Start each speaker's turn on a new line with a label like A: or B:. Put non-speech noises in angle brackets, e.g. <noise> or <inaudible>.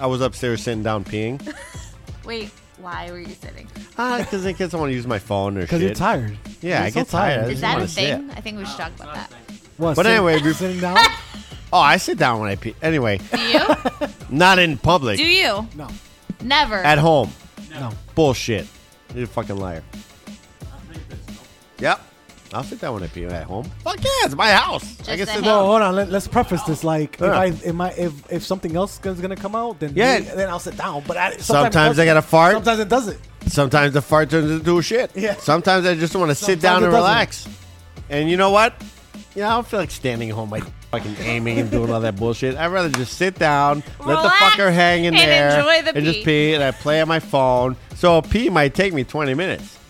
A: I was upstairs sitting down peeing.
B: <laughs> Wait, why were you sitting?
A: Ah, because in case I want to use my phone or shit.
C: Because you're tired.
A: Yeah,
C: You're
A: I
C: so
A: get tired. I
B: Is
A: just
B: that
A: wanna
B: a thing?
A: sit.
B: I think we should talk about that.
C: What,
A: But
C: sit-
A: anyway, we-
C: sitting down.
A: Oh, I sit down when I pee.
B: <laughs>
A: Anyway,
B: Do you?
A: <laughs> not in public.
B: Do you?
A: <laughs>
C: No,
B: Never.
A: At home.
C: no.
A: Bullshit. You're a fucking liar. Yep. I'll sit down when I pee at home. Fuck yeah, it's my house. I
B: Just
A: can
B: the
A: sit
B: hell.
C: Well,
A: down.
C: Oh, hold on. Let, us preface this. Like,
A: Yeah.
C: if I, if, my, if if something else is gonna come out, then
A: Yeah.
C: yeah, then I'll sit down. But I, sometimes, it
A: Sometimes I
C: doesn't.
A: got to fart. Sometimes,
C: Sometimes it doesn't.
A: the fart turns into a shit.
C: Yeah.
A: Sometimes I just want to sit
C: Sometimes
A: down
C: it
A: and
C: doesn't.
A: relax. And you know what? Yeah, I don't feel like standing at home like
B: <laughs>
A: fucking aiming and doing all that bullshit. I'd rather just sit down, let the
B: Relax
A: fucker hang in
B: and
A: there,
B: enjoy the
A: and just
B: pee.
A: pee. And I play on my phone. So a pee might take me 20 minutes.